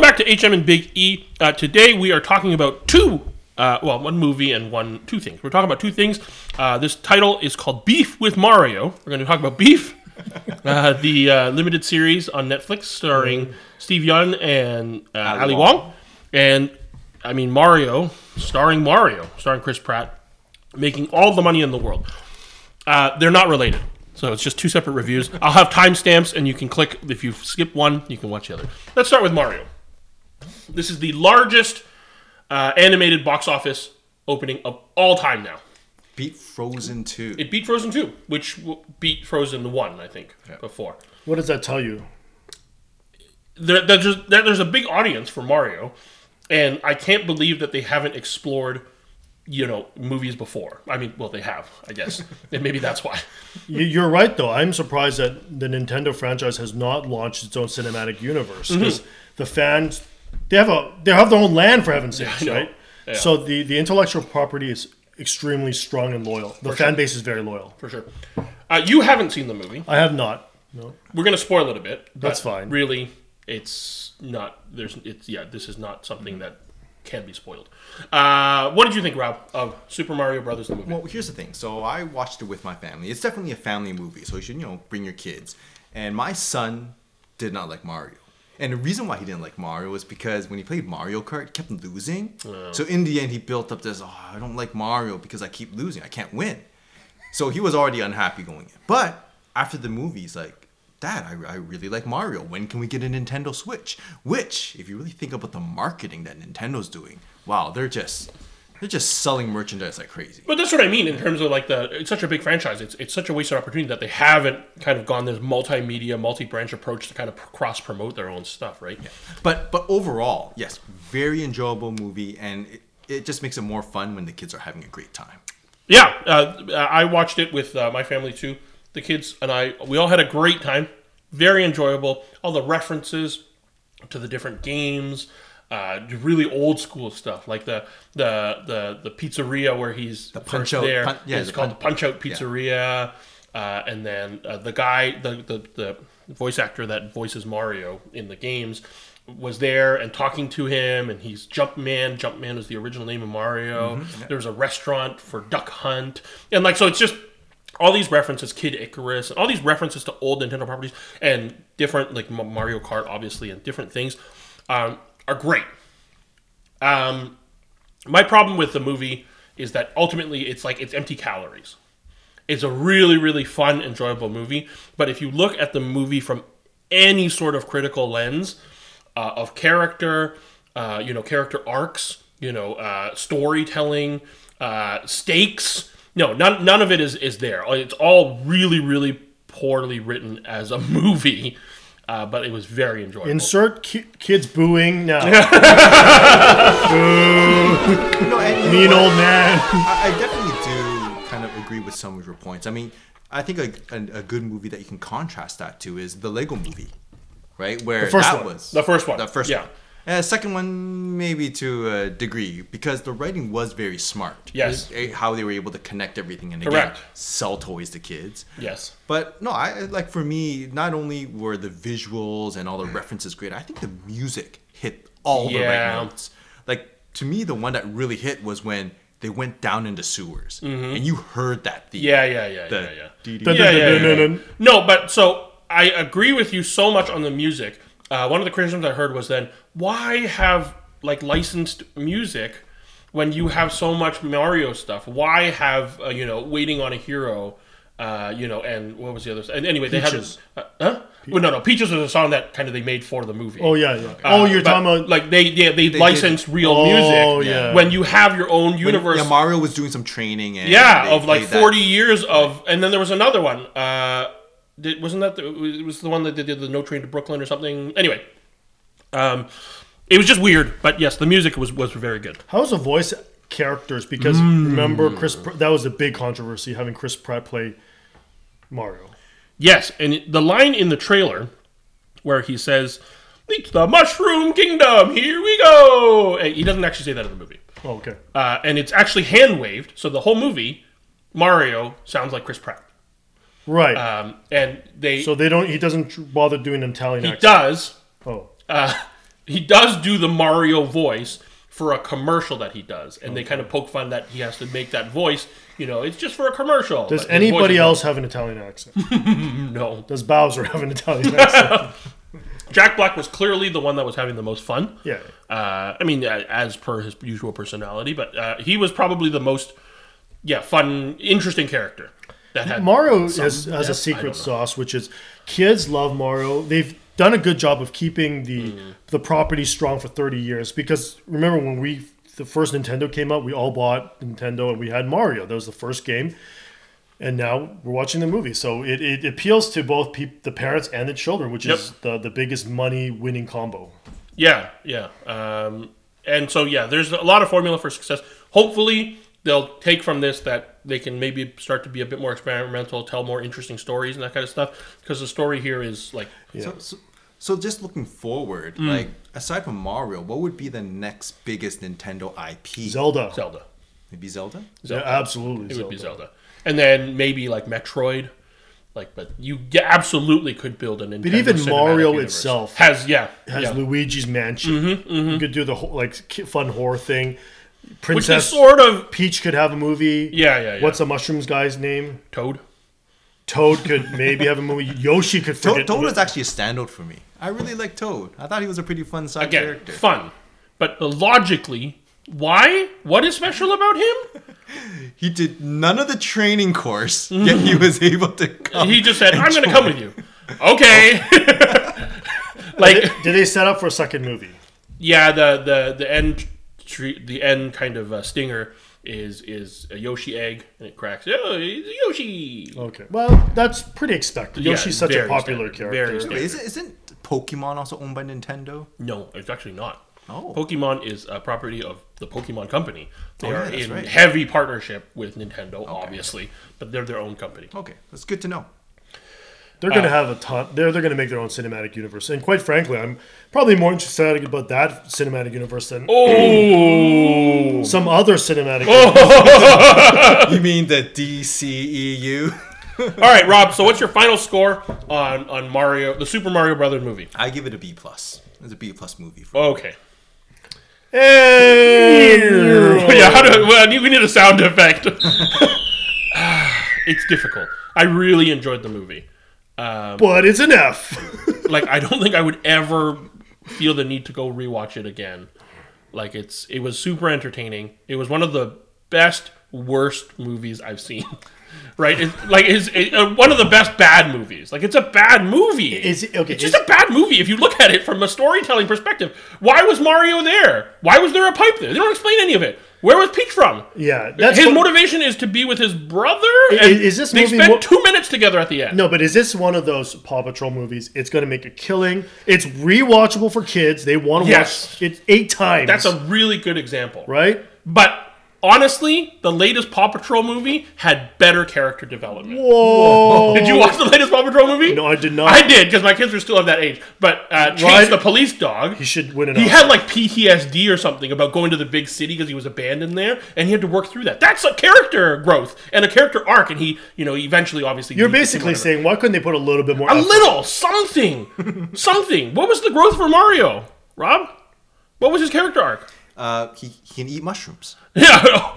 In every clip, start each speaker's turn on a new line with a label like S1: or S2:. S1: back to HM and Big E. Uh, today we are talking about two, uh, well, one movie and one two things. We're talking about two things. Uh, this title is called Beef with Mario. We're going to talk about Beef, uh, the uh, limited series on Netflix starring Steve Yun and uh, Ali Wong.
S2: Wong.
S1: and I mean Mario, starring Mario, starring Chris Pratt, making all the money in the world. Uh, they're not related. So it's just two separate reviews. I'll have timestamps, and you can click. If you skip one, you can watch the other. Let's start with Mario. This is the largest uh, animated box office opening of all time now.
S2: Beat Frozen 2.
S1: It beat Frozen 2, which w- beat Frozen 1, I think, before.
S3: What does that tell you?
S1: There, there- there's, there- there's a big audience for Mario, and I can't believe that they haven't explored, you know, movies before. I mean, well, they have, I guess. and maybe that's why.
S3: You- You're right, though. I'm surprised that the Nintendo franchise has not launched its own cinematic universe
S1: Mm-hmm.
S3: because the fans they have a they have their own land for heaven's sakes,
S1: know.
S3: right?
S1: Yeah.
S3: So the the intellectual property is extremely strong and loyal. The fan base is very loyal.
S1: For sure. Uh, you haven't seen the movie.
S3: I have not. No.
S1: We're gonna spoil it a bit. but
S3: That's fine.
S1: Really, it's not. There's. It's yeah. This is not something that can be spoiled. Uh, what did you think, Rob, of Super Mario Brothers the movie?
S2: Well, here's the thing. So I watched it with my family. It's definitely a family movie, so you should, you know, bring your kids. And my son did not like Mario. And the reason why he didn't like Mario was because when he played Mario Kart, he kept losing. So in the end, he built up this, oh, I don't like Mario because I keep losing. I can't win. So he was already unhappy going in. But after the movie, he's like, Dad, I, I really like Mario. When can we get a Nintendo Switch? Which, if you really think about the marketing that Nintendo's doing, wow, they're just they're just selling merchandise like crazy.
S1: but that's what I mean in terms of like the. It's such a big franchise. It's it's such a wasted opportunity that they haven't kind of gone this multimedia, multi-branch approach to kind of cross promote their own stuff, right?
S2: But but overall, yes, very enjoyable movie, and it, it just makes it more fun when the kids are having a great time.
S1: Yeah, uh, I watched it with uh, my family too. The kids and I, we all had a great time. Very enjoyable. All the references to the different games, uh, really old school stuff, like the the the, the pizzeria where he's the
S2: punch out-
S1: there.
S2: pun- yeah,
S1: it's
S2: the
S1: called
S2: pun-
S1: the Punch Out Pizzeria, uh, and then uh, the guy, the, the the voice actor that voices Mario in the games. Was there and talking to him, and he's Jumpman. Jumpman is the original name of Mario. There's a restaurant for Duck Hunt, and like so, it's just all these references, Kid Icarus, and all these references to old Nintendo properties and different like M- Mario Kart, obviously, and different things um, are great. Um, my problem with the movie is that ultimately it's like it's empty calories. It's a really, really fun, enjoyable movie. But if you look at the movie from any sort of critical lens uh, of character, uh, you know, character arcs, you know, uh, storytelling, uh, stakes, no, none, none of it is, is there. It's all really, really poorly written as a movie. Uh, but it was very enjoyable.
S3: Insert ki- kids booing now.
S2: No, and you know
S3: Mean
S2: what?
S3: old man.
S2: I, I definitely do kind of agree with some of your points. I mean, I think a, a, a good movie that you can contrast that to is the Lego Movie, right? Where
S3: first
S2: that
S3: one.
S2: was
S1: The first one.
S2: The first
S1: Yeah.
S2: one. And the second one, maybe to a degree, because the writing was very smart.
S1: Yes.
S2: Eh, How they were able to connect everything and
S1: Correct.
S2: again, sell toys to kids.
S1: yes.
S2: But no, I like for me, not only were the visuals and all
S1: Mm.
S2: the references great, I think the music hit all
S1: Yeah.
S2: the right notes. Like to me, the one that really hit was when they went down into sewers and you heard that theme.
S1: Mm-hmm. Yeah, yeah, yeah,
S2: The
S1: yeah, yeah.
S2: dee-dee.
S3: Dun,
S1: yeah,
S3: dun,
S1: yeah,
S3: dun,
S1: yeah,
S3: dun,
S1: yeah.
S3: dun.
S1: No, but so I agree with you so much on the music. Uh, one of the criticisms I heard was then why have like licensed music when you have so much Mario stuff? Why have uh, you know waiting on a hero? Uh, you know, and what was the other? And anyway, they
S3: Peaches.
S1: had this. Uh, huh? Well, no, no. Peaches was a song that kind of they made for the movie.
S3: Oh yeah. yeah. oh, you're
S1: Uh, But,
S3: talking about
S1: like they yeah they, licensed real
S3: Oh,
S1: music.
S3: yeah.
S1: When you have your own universe,
S2: Yeah, Mario was doing some training and
S1: yeah,
S2: they
S1: of like
S2: played that.
S1: 40 years of, and then there was another one. Uh, did, wasn't that the, it was the one that they did the No Train to Brooklyn or something? Anyway, um, it was just weird, but yes, the music was was very good.
S3: how's the voice characters? Because
S1: Mm.
S3: remember, Chris Pr- that was a big controversy having Chris Pratt play Mario.
S1: Yes, and it- the line in the trailer where he says, "It's the Mushroom Kingdom, here we go." And he doesn't actually say that in the movie,
S3: Oh, okay.
S1: uh, and it's actually hand waved. So the whole movie, Mario sounds like Chris Pratt,
S3: Right.
S1: um, and they
S3: so they don't. He doesn't tr- bother doing an Italian
S1: he
S3: accent.
S1: does
S3: Oh,
S1: uh, he does do the Mario voice for a commercial that he does, and they kind of poke fun that he has to make that voice. You know, it's just for a commercial.
S3: Does
S1: but his voice
S3: anybody
S1: is-
S3: else have an Italian accent?
S1: No.
S3: Does Bowser have an Italian accent?
S1: Jack Black was clearly the one that was having the most fun.
S3: Yeah.
S1: Uh, I mean, a- as per his usual personality, but uh, he was probably the most, yeah, fun, interesting character that had
S3: Mario
S1: some
S3: has, has
S1: depth. I
S3: a secret
S1: don't know.
S3: sauce, which is kids love Mario. They've done a good job of keeping the
S1: Mm.
S3: the property strong for 30 years because remember when we the first Nintendo came out, we all bought Nintendo and we had Mario. That was the first game. And now we're watching the movie. So it, it appeals to both peop the parents and the children, which is
S1: Yep.
S3: the, the biggest money winning combo.
S1: Yeah, yeah. Um, and so yeah, there's a lot of formula for success. Hopefully, they'll take from this that they can maybe start to be a bit more experimental, tell more interesting stories and that kind of stuff. Because the story here is like
S2: So, so, so just looking forward,
S1: Mm.
S2: like aside from Mario, what would be the next biggest Nintendo IP?
S3: Zelda.
S1: Zelda.
S2: Maybe Zelda.
S3: Yeah, absolutely.
S1: It would be Zelda, and then maybe like Metroid. Like, but you g- absolutely could build an. Nintendo
S3: even
S1: cinematic
S3: Mario
S1: universe.
S3: itself
S1: has yeah
S3: has
S1: yeah. Mm-hmm,
S3: Luigi's Mansion. You could do the whole, like ki- fun horror thing.
S1: which they
S3: Princess
S1: sort of
S3: Peach could have a movie.
S1: yeah yeah yeah.
S3: What's the mushrooms guy's name?
S1: Toad?
S3: Toad could maybe have a movie. Yoshi could
S2: Toad,
S3: forget.
S2: Toad was actually a standout for me. I really like Toad. I thought he was a pretty fun side
S1: Again,
S2: character.
S1: fun, but logically, why? What is special about him?
S2: He did none of the training course, yet he was able to. Come.
S1: he just said, "I'm going to come with you." Okay. like
S3: Did they set up for a second movie?
S1: yeah, the the the end tre- the end kind of uh, stinger is is a Yoshi egg and it cracks. Oh, he's a Yoshi.
S3: Okay. Well, that's pretty expected.
S1: Yeah,
S3: Yoshi's Oh, such a
S1: very
S3: popular
S1: standard, very
S3: character.
S1: standard.
S2: Wait, isn't, isn't Pokemon also owned by Nintendo?
S1: No, it's actually not.
S2: Oh.
S1: Pokemon is a property of the Pokemon Company. They
S2: Oh, yeah,
S1: are
S2: that's
S1: in
S2: right.
S1: heavy partnership with Nintendo, obviously, but they're their own company.
S2: Okay, that's good to know.
S3: They're
S1: Uh,
S3: going to have a ton. They're they're going to make their own cinematic universe. And quite frankly, I'm probably more interested about that cinematic universe than
S1: Oh,
S3: some other cinematic.
S2: You mean the E DCEU?
S1: all right, Rob. So, what's your final score on on Mario, the Super Mario Brothers movie?
S2: I give it a B plus. It's a B plus movie. For
S1: Okay.
S3: Hey!
S1: yeah, how do well, we need a sound effect? it's difficult. I really enjoyed the movie.
S3: But it's an F.
S1: Like, I don't think I would ever feel the need to go rewatch it again. Like, it's it was super entertaining. It was one of the best worst movies I've seen. Right? It's, like, it's it, uh, one of the best bad movies. Like, it's a bad movie.
S3: Is it- okay,
S1: It's just a bad movie if you look at it from a storytelling perspective. Why was Mario there? Why was there a pipe there? They don't explain any of it. Where was Peach from?
S3: Yeah, that's
S1: his
S3: what-
S1: motivation is to be with his brother.
S3: I-
S1: and
S3: is this
S1: they
S3: movie
S1: spent
S3: mo-
S1: two minutes together at the end?
S3: No, but is this one of those Paw Patrol movies? It's going to make a killing. It's rewatchable for kids. They want to
S1: Yes.
S3: watch it eight times.
S1: that's a really good example.
S3: right.
S1: But honestly, the latest Paw Patrol movie had better character development.
S3: Whoa!
S1: Did you watch the latest Paw Patrol movie?
S3: No, I did not.
S1: I did because my kids were still of that age. But uh, Chase,
S3: Right.
S1: the police dog,
S3: he should win an
S1: He
S3: Oscar.
S1: had like PTSD or something about going to the big city because he was abandoned there, and he had to work through that. That's a character growth and a character arc, and he, you know, he eventually, obviously,
S3: You're basically saying, why couldn't they put a little bit more?
S1: a
S3: effort?
S1: little something, something. What was the growth for Mario, Rob? What was his character arc?
S2: Uh, he, he can eat mushrooms.
S1: Yeah,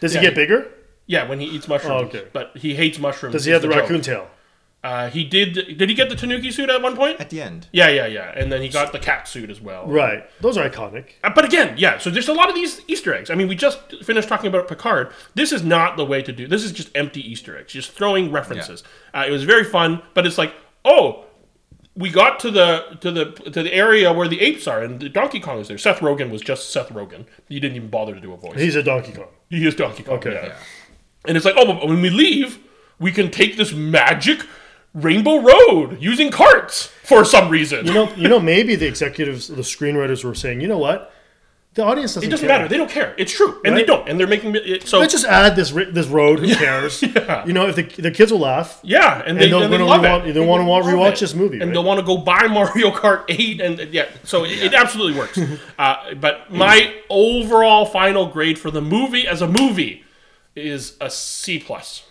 S3: Does he get bigger?
S1: yeah, when he eats mushrooms,
S3: Oh, okay.
S1: but he hates mushrooms.
S3: Does he have the, raccoon
S1: joke.
S3: tail?
S1: Uh, he did. Did he get the Tanuki suit at one point?
S2: At the end,
S1: Yeah, yeah, yeah, and then he got the cat suit as well.
S3: Right. Those are iconic.
S1: Uh, But again, yeah. So there's a lot of these Easter eggs. I mean, we just finished talking about Picard. This is not the way to do. This is just empty Easter eggs, just throwing references. Uh, it was very fun, but it's like, oh, we got to the to the to the area where the apes are, and the Donkey Kong is there. Seth Rogen was just Seth Rogen. He didn't even bother to do a voice.
S3: He's a Donkey Kong.
S1: He is Donkey Kong.
S3: Okay.
S1: yeah. And it's like, oh, but when we leave, we can take this magic rainbow road using carts for some reason.
S3: You know, you know, maybe the executives, the screenwriters were saying, you know what? The audience doesn't.
S1: it doesn't
S3: care.
S1: matter. They don't care. It's true, and they
S3: Right?
S1: don't, and they're making it so.
S3: Let's just add this ri- this road. Who cares?
S1: Yeah.
S3: You know, if the, the kids will laugh,
S1: Yeah, and, they,
S3: they'll-
S1: and they
S3: they'll
S1: love
S3: want-
S1: it.
S3: they'll wanna wa-
S1: love
S3: rewatch
S1: it.
S3: this movie,
S1: and
S3: right?
S1: they'll want to go buy Mario Kart Eight, and and yeah, so it, it absolutely works. uh, but my overall final grade for the movie as a movie is a C plus.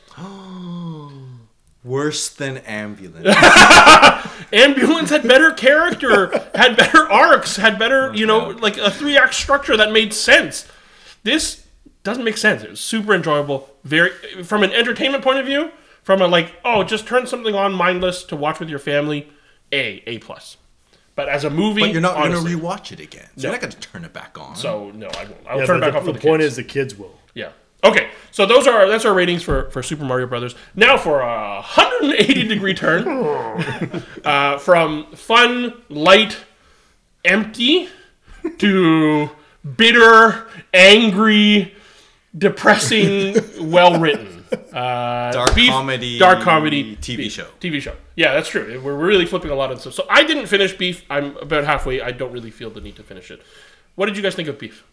S2: Worse than ambulance.
S1: Ambulance had better character, had better arcs, had better, you know, like a three act structure that made sense. This doesn't make sense. It was super enjoyable. Very from an entertainment point of view, from a like, oh, just turn something on mindless to watch with your family, A, A plus. But as a movie,
S2: But you're not
S1: honestly,
S2: gonna rewatch it again. So you're not gonna turn it back on.
S1: So no, I won't. I'll
S3: Yeah,
S1: turn
S3: but
S1: it back
S3: the,
S1: off for
S3: the
S1: the
S3: point
S1: kids.
S3: is the kids will.
S1: Yeah. Okay. So those are that's our ratings for for Super Mario Brothers. Now for a 180 degree turn uh, from fun, light, empty to bitter, angry, depressing, well written. Uh,
S2: Dark
S1: beef-
S2: comedy,
S1: dark comedy,
S2: TV
S1: beef-
S2: show.
S1: TV show. Yeah, that's true. We're really flipping a lot of stuff. So I didn't finish Beef. I'm about halfway. I don't really feel the need to finish it. What did you guys think of Beef?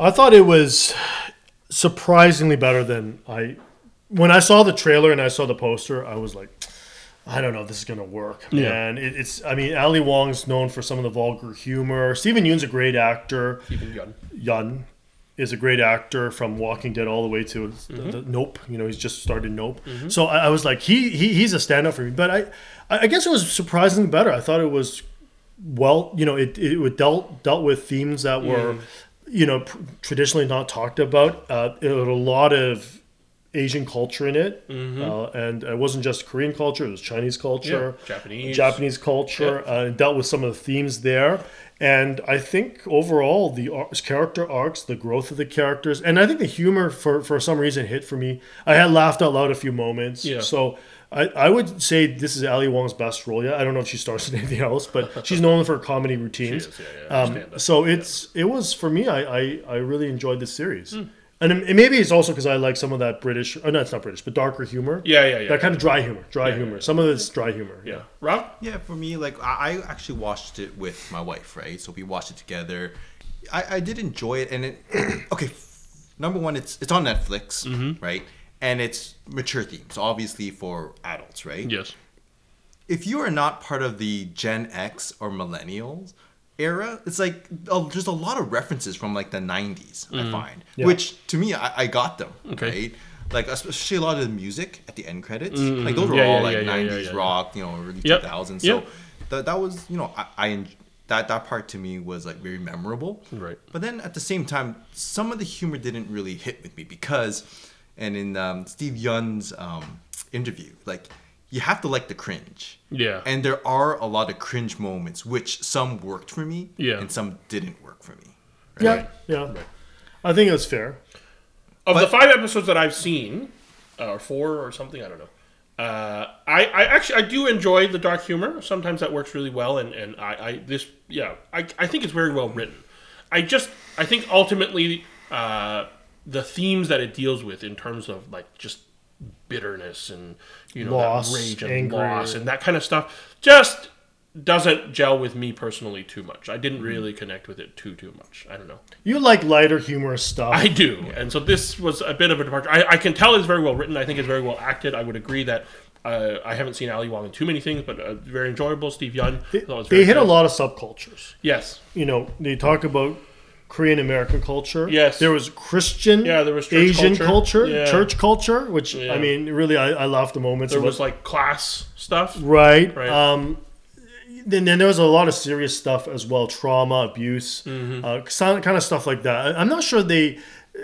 S3: I thought it was surprisingly better than I. When I saw the trailer and I saw the poster, I was like, I don't know, if this is gonna work.
S1: Yeah.
S3: And it, it's, I mean, Ali Wong's known for some of the vulgar humor. Stephen Yeun's a great actor.
S1: Even Gunn.
S3: Yun is a great actor from Walking Dead all the way to the, the
S1: Mm-hmm.
S3: Nope. You know, he's just started Nope. So I, I was like, he, he he's a stand up for me. But I I I guess it was surprisingly better. I thought it was well, you know, it it would dealt dealt with themes that were
S1: Mm.
S3: you know pr- traditionally not talked about. Uh, it had a lot of Asian culture in it,
S1: Mm-hmm.
S3: uh, and it wasn't just Korean culture; it was Chinese culture,
S1: Yeah, Japanese.
S3: Japanese culture, uh, and dealt with some of the themes there. And I think overall, the arcs, character arcs, the growth of the characters, and I think the humor for for some reason hit for me. I had laughed out loud a few moments.
S1: Yeah.
S3: So I, I would say this is Ali Wong's best role. Yeah, I don't know if she stars in anything else, but she's known for her comedy routines.
S1: is, yeah, yeah,
S3: Um,
S1: stand-up.
S3: so it's it was for me. I I, I really enjoyed this series,
S1: Hmm.
S3: and it- maybe it's also because I like some of that British. Or no, it's not British, but darker humor.
S1: Yeah, yeah, yeah.
S3: That kind of dry humor, dry humor. Some of it's dry humor.
S1: Yeah. Rob.
S2: Yeah, for me, like I, I actually watched it with my wife, right? So we watched it together. I, I did enjoy it, and it okay. Number one, it's it's on Netflix,
S1: Mm-hmm.
S2: right? And it's mature themes, obviously for adults, right?
S1: Yes.
S2: If you are not part of the Gen X or Millennials era, it's like oh, there's a lot of references from like the '90s. I find,
S3: Yeah.
S2: which to me, I, I got them,
S1: Mm-hmm. Okay.
S2: right? Like especially a lot of the music at the end credits, like those were
S1: Mm-hmm. Yeah,
S2: all
S1: yeah,
S2: like
S1: yeah, yeah, yeah,
S2: '90s
S1: yeah, yeah.
S2: rock, you know, early
S1: Yep. Yep.
S2: 2000s. So that that was you know I, I en- that that part to me was like very memorable.
S1: Right.
S2: But then at the same time, some of the humor didn't really hit with me because, and in um, Steve Yunn's um, interview, like you have to like the cringe.
S1: Yeah.
S2: And there are a lot of cringe moments, which some worked for me,
S1: Yeah.
S2: and some didn't work for me.
S3: yeah, yeah. I think it was fair.
S1: Of the five episodes that I've seen, uh, or four or something, I don't know. Uh, I, I actually I do enjoy the dark humor. Sometimes that works really well, and and I, I this yeah I, I think it's very well written. I just I think ultimately uh, the themes that it deals with in terms of like just bitterness and you know
S3: Loss,
S1: that rage and
S3: anger.
S1: loss and that kind of stuff just doesn't gel with me personally too much. I didn't
S3: Mm-hmm.
S1: really connect with it too too much. I don't know.
S3: You like lighter humorous stuff.
S1: I do, and so this was a bit of a departure. I, I can tell it's very well written. I think it's very well acted. I would agree that uh, I haven't seen Ali Wong in too many things, but uh, very enjoyable. Steve Yun,
S3: They- they hit a lot of subcultures.
S1: Yes,
S3: you know, they talk about Korean American culture.
S1: Yes.
S3: There was Christian,
S1: Yeah, there was church
S3: Asian
S1: culture.
S3: culture,
S1: Yeah.
S3: church culture, which
S1: Yeah.
S3: I mean, really, I, I laughed the moments.
S1: there
S3: about-
S1: was like class stuff.
S3: right.
S1: Right.
S3: Um, then, then there was a lot of serious stuff as well trauma, abuse,
S1: Mm-hmm.
S3: uh, some- kind of stuff like that. I, I'm not sure they,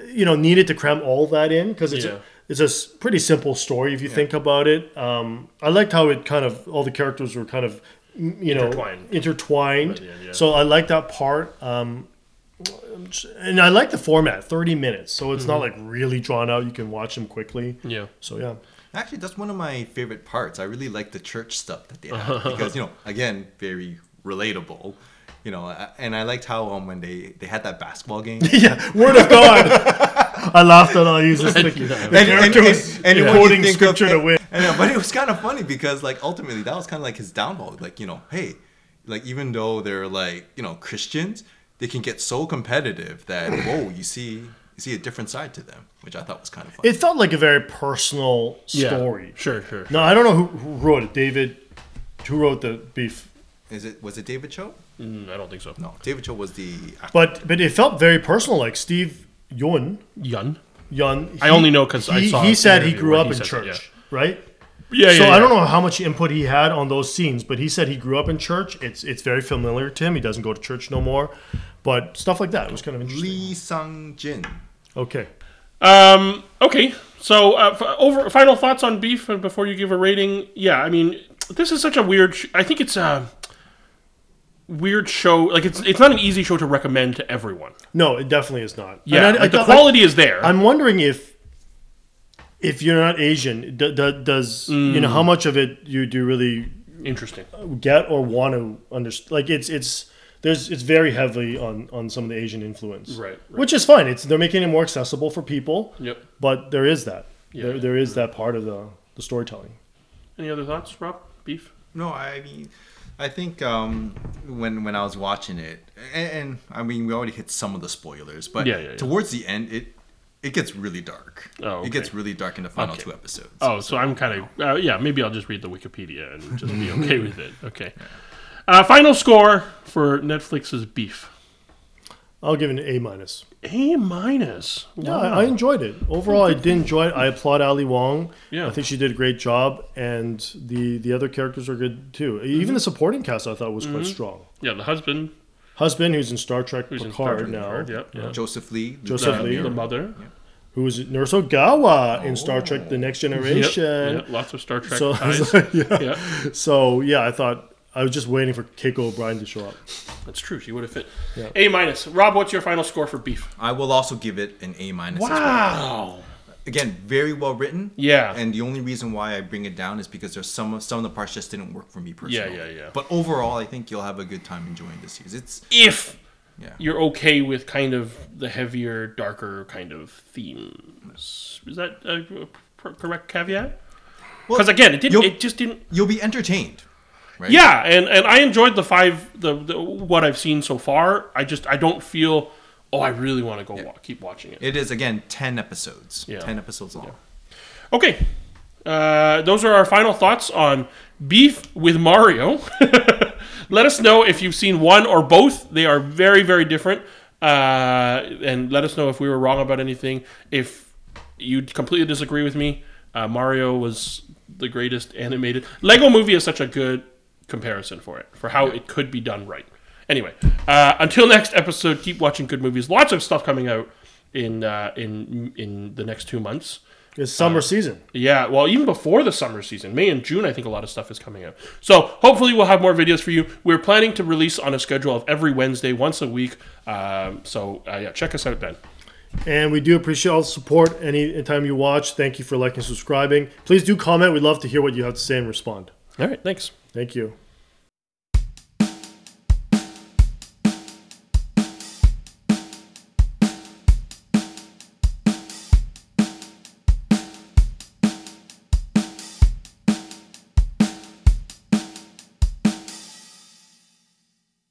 S3: you know, needed to cram all that in because it's.
S1: Yeah.
S3: A, it's a s- pretty simple story if you think about it. Um, I liked how it kind of all the characters were kind of m- you know
S1: Intertwined.
S3: intertwined.
S1: Right, yeah, yeah.
S3: So I like that part. Um, and I like the format, 30 minutes. So it's not like really drawn out. You can watch them quickly.
S1: Mm-hmm. Yeah,
S3: So yeah.
S2: Actually, that's one of my favorite parts. I really like the church stuff that they have because you know, again, very relatable. You know, I- and I liked how um, when they they had that basketball game.
S3: Yeah. Word of God. I laughed and I used this thinking. The
S2: and,
S3: character was
S2: when you
S3: quoting
S2: think of-
S3: scripture to win.
S2: I know, but it was kind of funny because like ultimately that was kind of like his downfall. Like you know, hey, like even though they're like you know Christians, they can get so competitive that whoa, you see you see a different side to them, which I thought was kind of funny.
S3: It felt like a very personal
S1: yeah.
S3: story.
S1: Sure, sure.
S3: No, I don't know who, who wrote it. David, who wrote the beef?
S2: Is it was it David Cho?
S1: Mm, I don't think so.
S2: No, David Cho was the
S3: But but it felt very personal. Like Steve Yun,
S1: Yun.
S3: Yun.
S1: I only know 'cause I
S3: he-
S1: saw
S3: He
S1: an
S3: said he
S1: interview
S3: grew
S1: where
S3: up
S1: he
S3: in
S1: said that,
S3: church,
S1: yeah.
S3: right?
S1: Yeah,
S3: so
S1: yeah,
S3: I
S1: yeah.
S3: don't know how much input he had on those scenes, but he said he grew up in church. It's it's very familiar to him. He doesn't go to church no more, but stuff like that was kind of interesting.
S2: Lee Sung Jin.
S3: Okay,
S1: Um, okay, so uh, f- over final thoughts on beef and before you give a rating. Yeah, I mean, this is such a weird. Sh- I think it's a weird show. Like it's it's not an easy show to recommend to everyone.
S3: no, it definitely is not.
S1: Yeah,
S3: And I- I
S1: like, the
S3: thought-
S1: quality is there.
S3: I'm wondering if if you're not Asian, d- d- does you know how
S1: Mm.
S3: much of it you do you really
S1: Interesting.
S3: get or want to understand? Like it's it's there's it's very heavily on on some of the Asian influence,
S1: Right, right.
S3: Which is fine. It's they're making it more accessible for people.
S1: Yep.
S3: But there is that.
S1: Yeah.
S3: There, there is that part of the the storytelling.
S1: Any other thoughts, Rob? Beef.
S2: No, I mean, I think um, when when I was watching it, and, and I mean, we already hit some of the spoilers, but
S1: Yeah, yeah, yeah.
S2: towards the end, it it gets really dark.
S1: Oh, okay.
S2: it gets really dark in the final
S1: Okay.
S2: two episodes.
S1: Oh, so I'm kind of uh, yeah. Maybe I'll just read the Wikipedia and just be okay with it. Okay. Uh, final score for Netflix's Beef.
S3: I'll give it an A minus.
S1: A minus.
S3: Yeah, I, I enjoyed it overall. I did enjoy it. I applaud Ali Wong.
S1: Yeah.
S3: I think she did a great job, and the the other characters are good too. Even
S1: Mm-hmm.
S3: the supporting cast I thought was quite strong.
S1: Yeah, the husband
S3: Husband, who's in Star Trek
S1: Mm-hmm. who's in Star
S3: Picard
S1: Trek
S3: now,
S1: Picard, Yep. Yeah.
S2: Uh, Joseph Lee.
S3: Joseph
S1: the,
S3: Lee.
S1: the mother.
S3: who was Nurse Ogawa in Star Trek: The Next
S1: Oh. Yep,
S3: Generation.
S1: yep, Lots of Star Trek
S3: So, I
S1: ties.
S3: was like, yeah.
S1: yeah,
S3: so yeah, I thought I was just waiting for Keiko O'Brien to show up.
S1: that's true. She would have fit. A minus. Rob, what's your final score for Beef?
S2: I will also give it an A minus. as well.
S1: Wow.
S2: Again, very well written.
S1: Yeah.
S2: And the only reason why I bring it down is because there's some of some of the parts just didn't work for me personally.
S1: yeah, yeah.
S2: But overall, I think you'll have a good time enjoying this series. It's
S1: if
S2: yeah.
S1: you're okay with kind of the heavier, darker kind of themes, is that a pr- correct caveat? Because again, it didn't.
S2: you'll-
S1: It just didn't.
S2: You'll be entertained. Right?
S1: Yeah, and and I enjoyed the five the, the what I've seen so far. I just I don't feel. Oh, I really want to go wa- keep watching it.
S2: It is again ten episodes.
S1: Yeah.
S2: Ten episodes long.
S1: Okay. Uh, those are our final thoughts on Beef with Mario. let us know if you've seen one or both. They are very, very different. Uh, and let us know if we were wrong about anything. If you completely disagree with me, uh, Mario was the greatest animated. Lego Movie is such a good comparison for it, for how it could be done right. Anyway, uh, until next episode, keep watching good movies. Lots of stuff coming out in uh, in in the next two months.
S3: It's
S1: Ah.
S3: summer season.
S1: Yeah, well, even before the summer season, May and June, I think a lot of stuff is coming out. So hopefully, we'll have more videos for you. We're planning to release on a schedule of every Wednesday, once a week. Um, so uh, yeah, check us out then.
S3: And we do appreciate all the support any time you watch. Thank you for liking and subscribing. Please do comment. We'd love to hear what you have to say and respond.
S1: All right, thanks.
S3: Thank you.